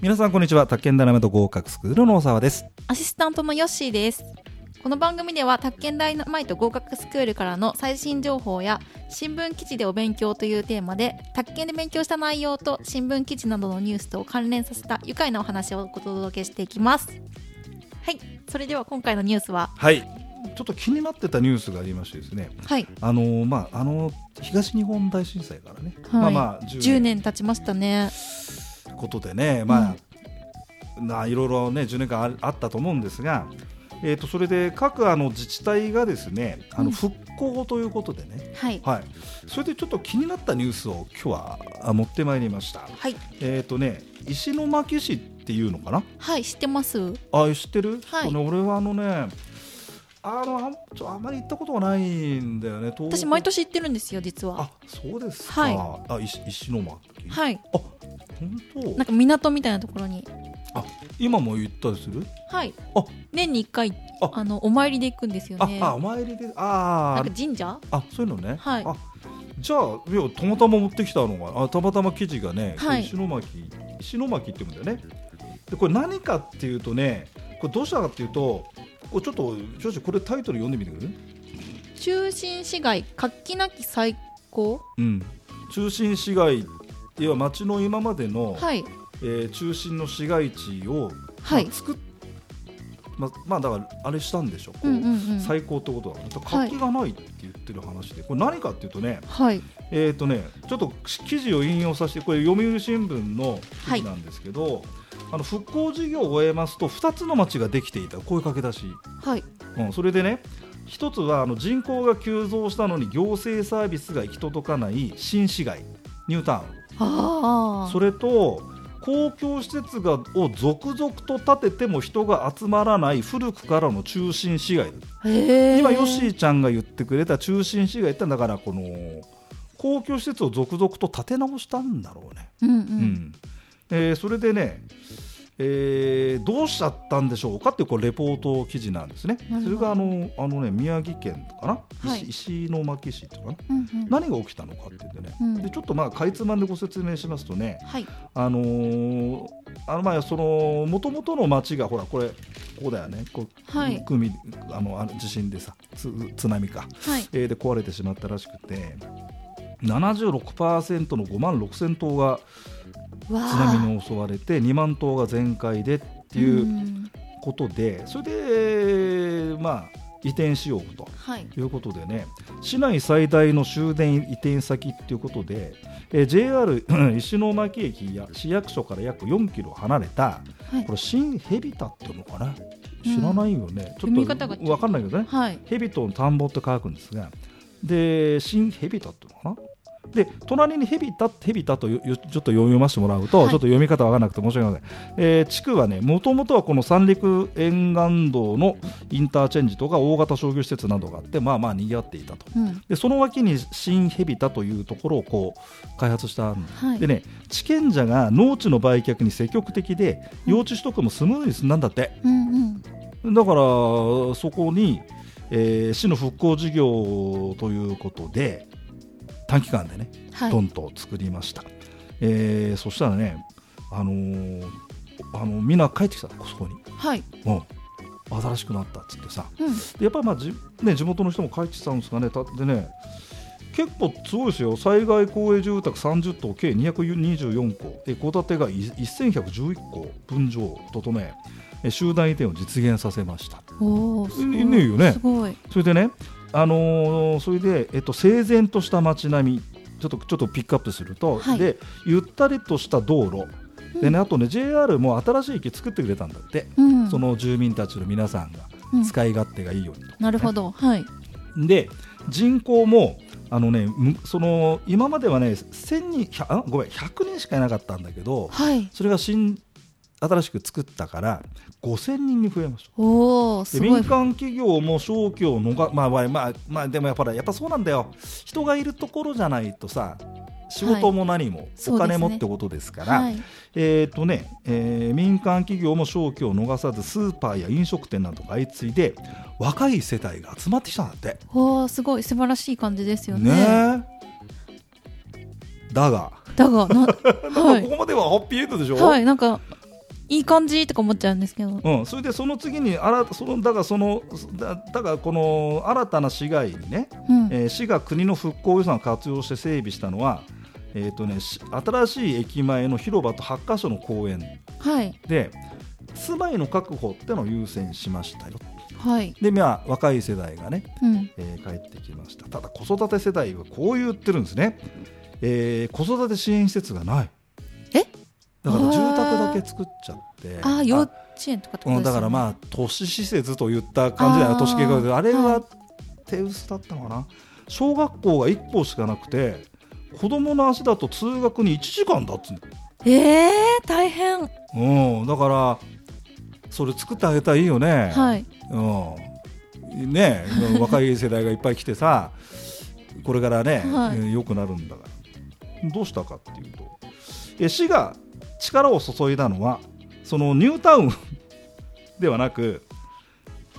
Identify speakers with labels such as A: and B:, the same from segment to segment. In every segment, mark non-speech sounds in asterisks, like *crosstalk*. A: 皆さんこんにちは宅建ダイナメント合格スクールの大沢です
B: アシスタントのヨッシーです。この番組では、宅建ダイナマイト合格スクールからの最新情報や、新聞記事でお勉強というテーマで、宅建で勉強した内容と新聞記事などのニュースと関連させた愉快なお話をお届けしていきます。はい。それでは今回のニュースは、
A: はいちょっと気になってたニュースがありましてですね
B: はい。
A: あのーまああのー東日本大震災からね、
B: はい
A: まあまあ
B: 10
A: 10年
B: 年経ちましたね。
A: ことでねまあ、ないろいろね10年間ああったと思うんですがえー、とそれで各あの自治体がですねあ
B: う
A: の
B: ん
A: 復興ということでね、
B: はい。
A: はい、それでちょっと気になったニュースを今日はあ持ってまいりました。
B: はい。
A: えっ、とね石巻市っていうのかな
B: はい、知ってます
A: あ知ってる、
B: はい
A: この俺はあのねあのあんちょあんまり行ったことがないんだよね東北
B: 私、毎年行ってるんですよ、実は。
A: あそうですか、
B: は
A: あ石石巻い
B: はい。
A: 本
B: なん
A: 当
B: か港みたいなところに。
A: 今も行ったりする
B: はい
A: あ。
B: 年に一回
A: あ
B: あのお参りで行くんですよ
A: あ
B: ね。
A: あお参りであ
B: なん
A: ー
B: か神社？
A: あそういうのね、
B: はい
A: あじゃあいやたまたま持ってきたのがあたまたま記事がね、
B: はい
A: 石巻石巻って言うんだよねでこれ何かっていうとねこれどうしたかっていうとこれちょっとジョージこれタイトル読んでみてくれる
B: 中心市街活気なき最高？
A: うん、中心市街要は町の今までの、
B: はい
A: えー中心の市街地を、
B: はい
A: まあ、作っままあだからあれしたんでしょこう
B: うんうんうん
A: 最高ってことはだから
B: はい
A: 活気がないって言ってる話で、これ何かっていうとね
B: はい
A: えっ、とねちょっと記事を引用させてこれ読売新聞の記事なんですけど、あの復興事業を終えますと2つの町ができていたこういう駆け出し
B: はい
A: うん、それでね一つはあの人口が急増したのに行政サービスが行き届かない新市街ニュータウン
B: ああ
A: それと公共施設がを続々と建てても人が集まらない古くからの中心市街、
B: へー
A: 今ヨッシーちゃんが言ってくれた中心市街ってのはだからこの公共施設を続々と建て直したんだろうね、
B: うんう
A: うんえーそれでね、えーどうしちゃったんでしょうかっていうこうレポート記事なんですね
B: なるほど
A: それがあのあの、ね、宮城県かな、
B: はい
A: 石石巻市っていうのか
B: うんうん
A: な何が起きたのかっていうんでね、
B: うん
A: でちょっとまあかいつまんでご説明しますとね、
B: はい
A: あのーあの前その元々の町がほらこれここだよねこう、
B: はい
A: 海あのあの地震でさつ津波か、
B: はい
A: えーで壊れてしまったらしくて76%の5万6000棟が
B: わ
A: 津
B: あ
A: 波に襲われて2万棟が全壊でっていうんことで、それで、まあ、移転しようと
B: はい
A: いうことでね市内最大の終電移転先ということで、えー JR うん石巻駅や市役所から約4キロ離れた
B: はい
A: これ新ヘビタっていうのかな知らないよね、
B: うん
A: ちょっ
B: 読み方が
A: と分かんないけどね
B: はい
A: ヘビと田んぼって書くんですがで新ヘビタっていうのかなで隣にヘビタヘビタとよよちょっと読ませてもらうと、
B: はい
A: ちょっと読み方わからなくて申し訳ありません、えー地区はねもともとはこの三陸沿岸道のインターチェンジとか大型商業施設などがあってまあまあ賑わっていたと
B: うん
A: でその脇に新ヘビタというところをこう開発したんです
B: はい
A: でね地権者が農地の売却に積極的で用地取得もスムーズに進んだんだって
B: うんうん
A: だからそこに、えー市の復興事業ということで短期間でね、
B: はい
A: どんと作りました、えーそしたらね、あのーあのみんな帰ってきたそこに、
B: はい
A: うん、新しくなったっつってさ
B: うん
A: でやっぱり、まあじね、地元の人も帰ってきたんですかねたでね結構すごいですよ災害公営住宅30棟計224戸え戸建てがい1111戸分譲を整ええ集団移転を実現させました
B: おおすご
A: いねえよね
B: すごい
A: それでね、あのーそれで、えっと、整然とした街並みちょっとちょっとピックアップすると、
B: はい
A: でゆったりとした道路、でね、あとね JR も新しい駅作ってくれたんだって、
B: うん
A: その住民たちの皆さんが
B: うん
A: 使い勝手がいいようにと。
B: なるほどはい
A: で人口もあの、ね、むその今まではね1000人ひゃあごめん100人しかいなかったんだけど
B: はい
A: それが新新しく作ったから5000人に増えました。
B: おおす
A: で
B: ごい
A: 民間企業も商機を逃まあまあまあ、まあ、でもやっぱりやっぱそうなんだよ人がいるところじゃないとさ仕事も何も、
B: そう
A: お
B: です
A: 金
B: ね
A: もってことですから
B: はい
A: えーっとねえー民間企業も商機を逃さずスーパーや飲食店などが相次いで若い世帯が集まってきたんだって
B: おおすごい素晴らしい感じですよ
A: ねえだが、
B: だ
A: *laughs*
B: がなは
A: こ
B: い
A: こまではハッピーエンドでしょ、
B: はいなんかいい感じとか思っちゃうんですけど
A: うん、それでその次に新たそのだがそのだだがこの新たな市街にね、
B: うん
A: えー市が国の復興予算を活用して整備したのは、えーとね、し新しい駅前の広場と8か所の公園
B: はい
A: で住まいの確保ってのを優先しましたよ
B: はい
A: で、まあ、若い世代がね、
B: うん
A: えー帰ってきましたただ子育て世代はこう言ってるんですね、えー子育て支援施設がない
B: え
A: だから
B: あー
A: 住宅だけ作っちゃって
B: あー幼稚園とかって
A: う
B: ことですよ
A: ん、
B: ね
A: だからまあ都市施設といった感じだよ
B: あー
A: 都市計画であれ
B: は
A: はい手薄だったのかな、小学校が1校しかなくて子供の足だと通学に1時間だっつうんだよ
B: えー、大変
A: うん、だからそれ作ってあげたらいいよね、
B: はい
A: うん、ね
B: *laughs*
A: え若い世代がいっぱい来てさこれからね、
B: はい
A: えー良くなるんだからどうしたかっていうとえ市が力を注いだのはそのニュータウン *laughs* ではなく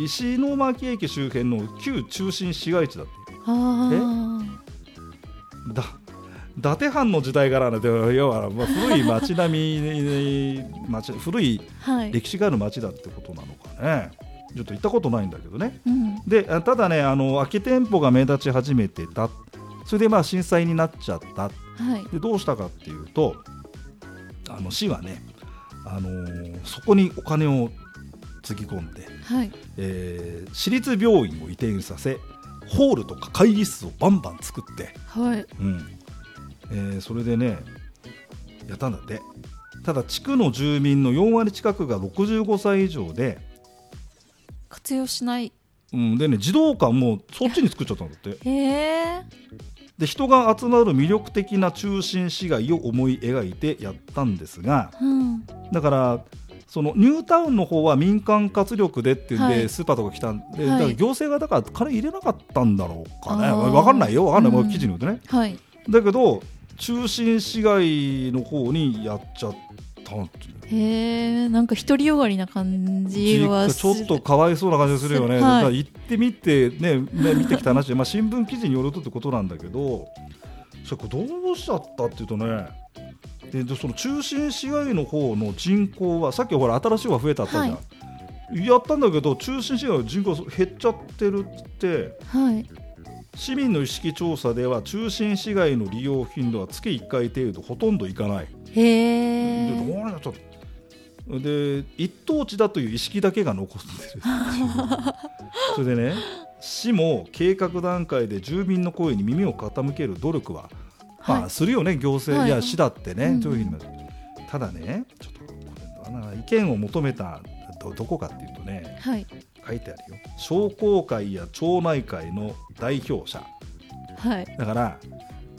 A: 石巻駅周辺の旧中心市街地だって
B: あ
A: だ伊達藩の時代からなんて要はまあ古い町並み *laughs* に町古い
B: あはい
A: 歴史がある町だってことなのかねちょっと行ったことないんだけどね
B: うん
A: であただねあの空き店舗が目立ち始めてたそれでまあ震災になっちゃった
B: はい
A: でどうしたかっていうとあの市はね、あのーそこにお金をつぎ込んで、
B: はい
A: えー私立病院を移転させホールとか会議室をバンバン作って、
B: はい
A: うんえーそれでねやったんだってただ地区の住民の4割近くが65歳以上で、
B: 活用しない
A: うん、でね児童館もそっちに作っちゃったんだって
B: へえ
A: で人が集まる魅力的な中心市街を思い描いてやったんですが
B: うん
A: だからそのニュータウンの方は民間活力でっていうんで、
B: はい
A: スーパーとか来たんで、
B: はい
A: だから行政がだから金入れなかったんだろうかね
B: あー
A: 分かんないよ分かんない、
B: う
A: も
B: ん
A: う記事によってね
B: はい
A: だけど中心市街の方にやっちゃったっていう
B: へえんか独りよがりな感じは
A: ちょっとかわいそうな感じがするよね、
B: はい
A: だから行ってみてね、ね見てきた話で、まあ、新聞記事によるとってことなんだけど、それこれどうしちゃったっていうとね、ででその中心市街の方の人口は、さっきほら、新しい方が増えたって言ったじゃん、やったんだけど、中心市街の人口減っちゃってるって、
B: はい
A: 市民の意識調査では、中心市街の利用頻度は月1回程度、ほとんど行かない。
B: へ
A: でどう
B: え
A: なっちゃったで一等地だという意識だけが残ってるっていうそれでね市も計画段階で住民の声に耳を傾ける努力は、ま
B: は
A: あ、するよね行政、、
B: はいい
A: や市だってね、
B: うん
A: というふうにもただねちょっとこれあの意見を求めたどどこかっていうとね
B: はい
A: 書いてあるよ商工会や町内会の代表者
B: はい
A: だから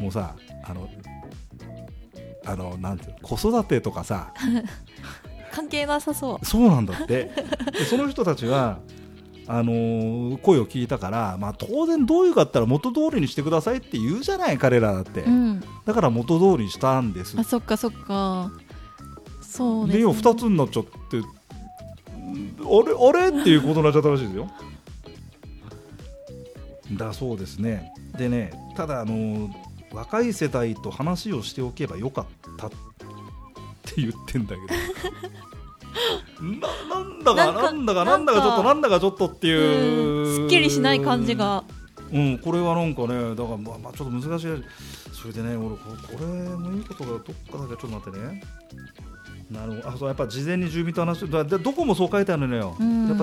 A: もうさあのあのなんていうの子育てとかさ
B: 関係なさそ
A: そうなんだってでその人たちはあのー声を聞いたから、まあ、当然どういうかったら元通りにしてくださいって言うじゃない彼らだって、
B: ううん
A: だから元通りにしたんです
B: あそっかそっかそう
A: で
B: ですね
A: 今2つになっちゃってあれあれっていうことになっちゃったらしいですよだそうですねでねただあのー若い世代と話をしておけばよかったって言ってんだけ
B: *laughs*
A: どななんだかなんだかな
B: なんん
A: だ
B: か
A: かちょっとなんだかちょっとっていう
B: うんすっきりしない感じが
A: うん、これはなんかね、だからまあまあちょっと難しい。それでね、俺ここれもいいことがどっかだけちょっと待ってね。なるほど。あ、そうやっぱ事前に住民と話してだだどこもそう書いてあるのよ。
B: うん
A: やっ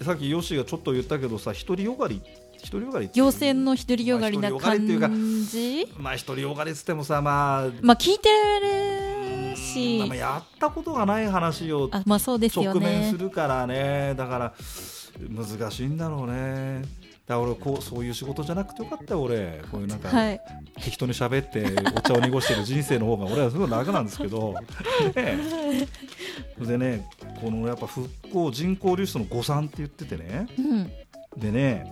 A: ぱさっきヨッシーがちょっと言ったけどさ、独りよがり、独りよがりっていう。
B: 行政の独りよがりな
A: まあ独
B: 感
A: りよがり
B: じ
A: まあ独りよがりっつってもさ、まあ。
B: まあ聞いてるし
A: まあやったことがない話を
B: あまあそうですよ
A: 直面
B: ね
A: するからねだから難しいんだろうねだから俺こうそういう仕事じゃなくてよかったよ俺こういうなんか、
B: はい
A: 適当に喋ってお茶を濁してる人生の方が俺はすごい楽なんですけ *laughs* どねでねこのやっぱ復興人口流出の誤算って言っててね
B: うん
A: でね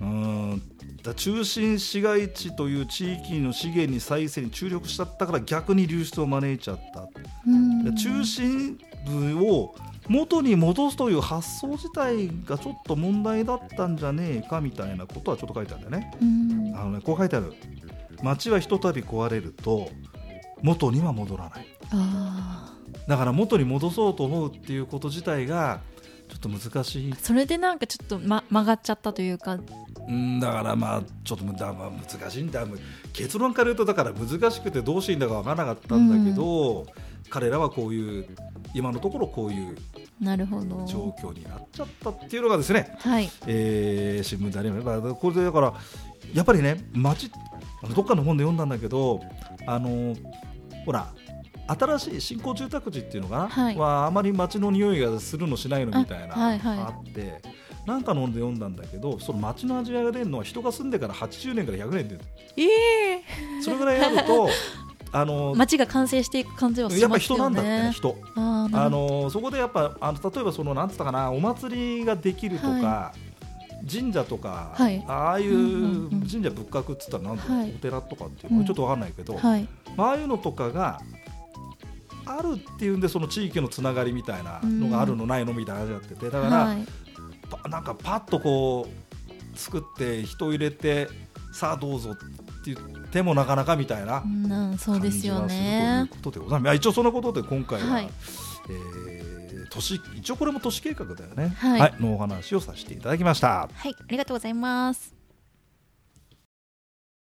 A: うーんだ中心市街地という地域の資源に再生に注力しちゃったから逆に流出を招いちゃった
B: うん
A: 中心部を元に戻すという発想自体がちょっと問題だったんじゃねえかみたいなことはちょっと書いてあるんだよね。
B: うん
A: あのね、こう書いてある。町はひとたび壊れると元には戻らない
B: あ
A: だから元に戻そうと思うっていうこと自体がちょっと難しい
B: ーそれでなんかちょっと、ま、曲がっちゃったというか
A: うんだからまあちょっとだ、まあ、難しいんだもう結論から言うとだから難しくてどうしていいんだかわからなかったんだけど、彼らはこういう今のところこういう
B: なるほど
A: 状況になっちゃったっていうのがですね、
B: はい
A: えー新聞でありますだからこれでだからやっぱりね町あのどっかの本で読んだんだけどあのほら新しい新興住宅地っていうのかな、
B: はい
A: あまり町の匂いがするのしないのみたいな
B: あはいはい
A: あってなんかの本で読んだんだけどその町の味わいが出るのは人が住んでから80年から100年で
B: ええ
A: それぐらいあ
B: *laughs*
A: るとあの
B: 街が完成していく感じはします
A: や
B: よ
A: っ
B: ね
A: ぱ人なんだってね人。
B: あーな
A: あ
B: るほど
A: のそこでやっぱあの例えばそのなんつったかなお祭りができるとか、神社とか、
B: はい
A: ああい
B: んうん
A: う
B: うん
A: 神社仏閣っつったらなんだろう、
B: はい
A: お寺とかっていうの
B: うん
A: ちょっとわかんないけど、
B: はい
A: まあああいうのとかがあるっていうんでその地域のつながりみたいなのがあるのないのみたいな話になっててだから、
B: はい
A: パなんかパッとこう作って人入れてさあどうぞって言ってもなかなかみたいな。
B: うん、そうですよ
A: 感
B: ね
A: じがするということでございますあ一応そんなことで今回は、
B: はい
A: えー都市一応これも都市計画だよね、
B: はい
A: のお話をさせていただきました。
B: はいありがとうございます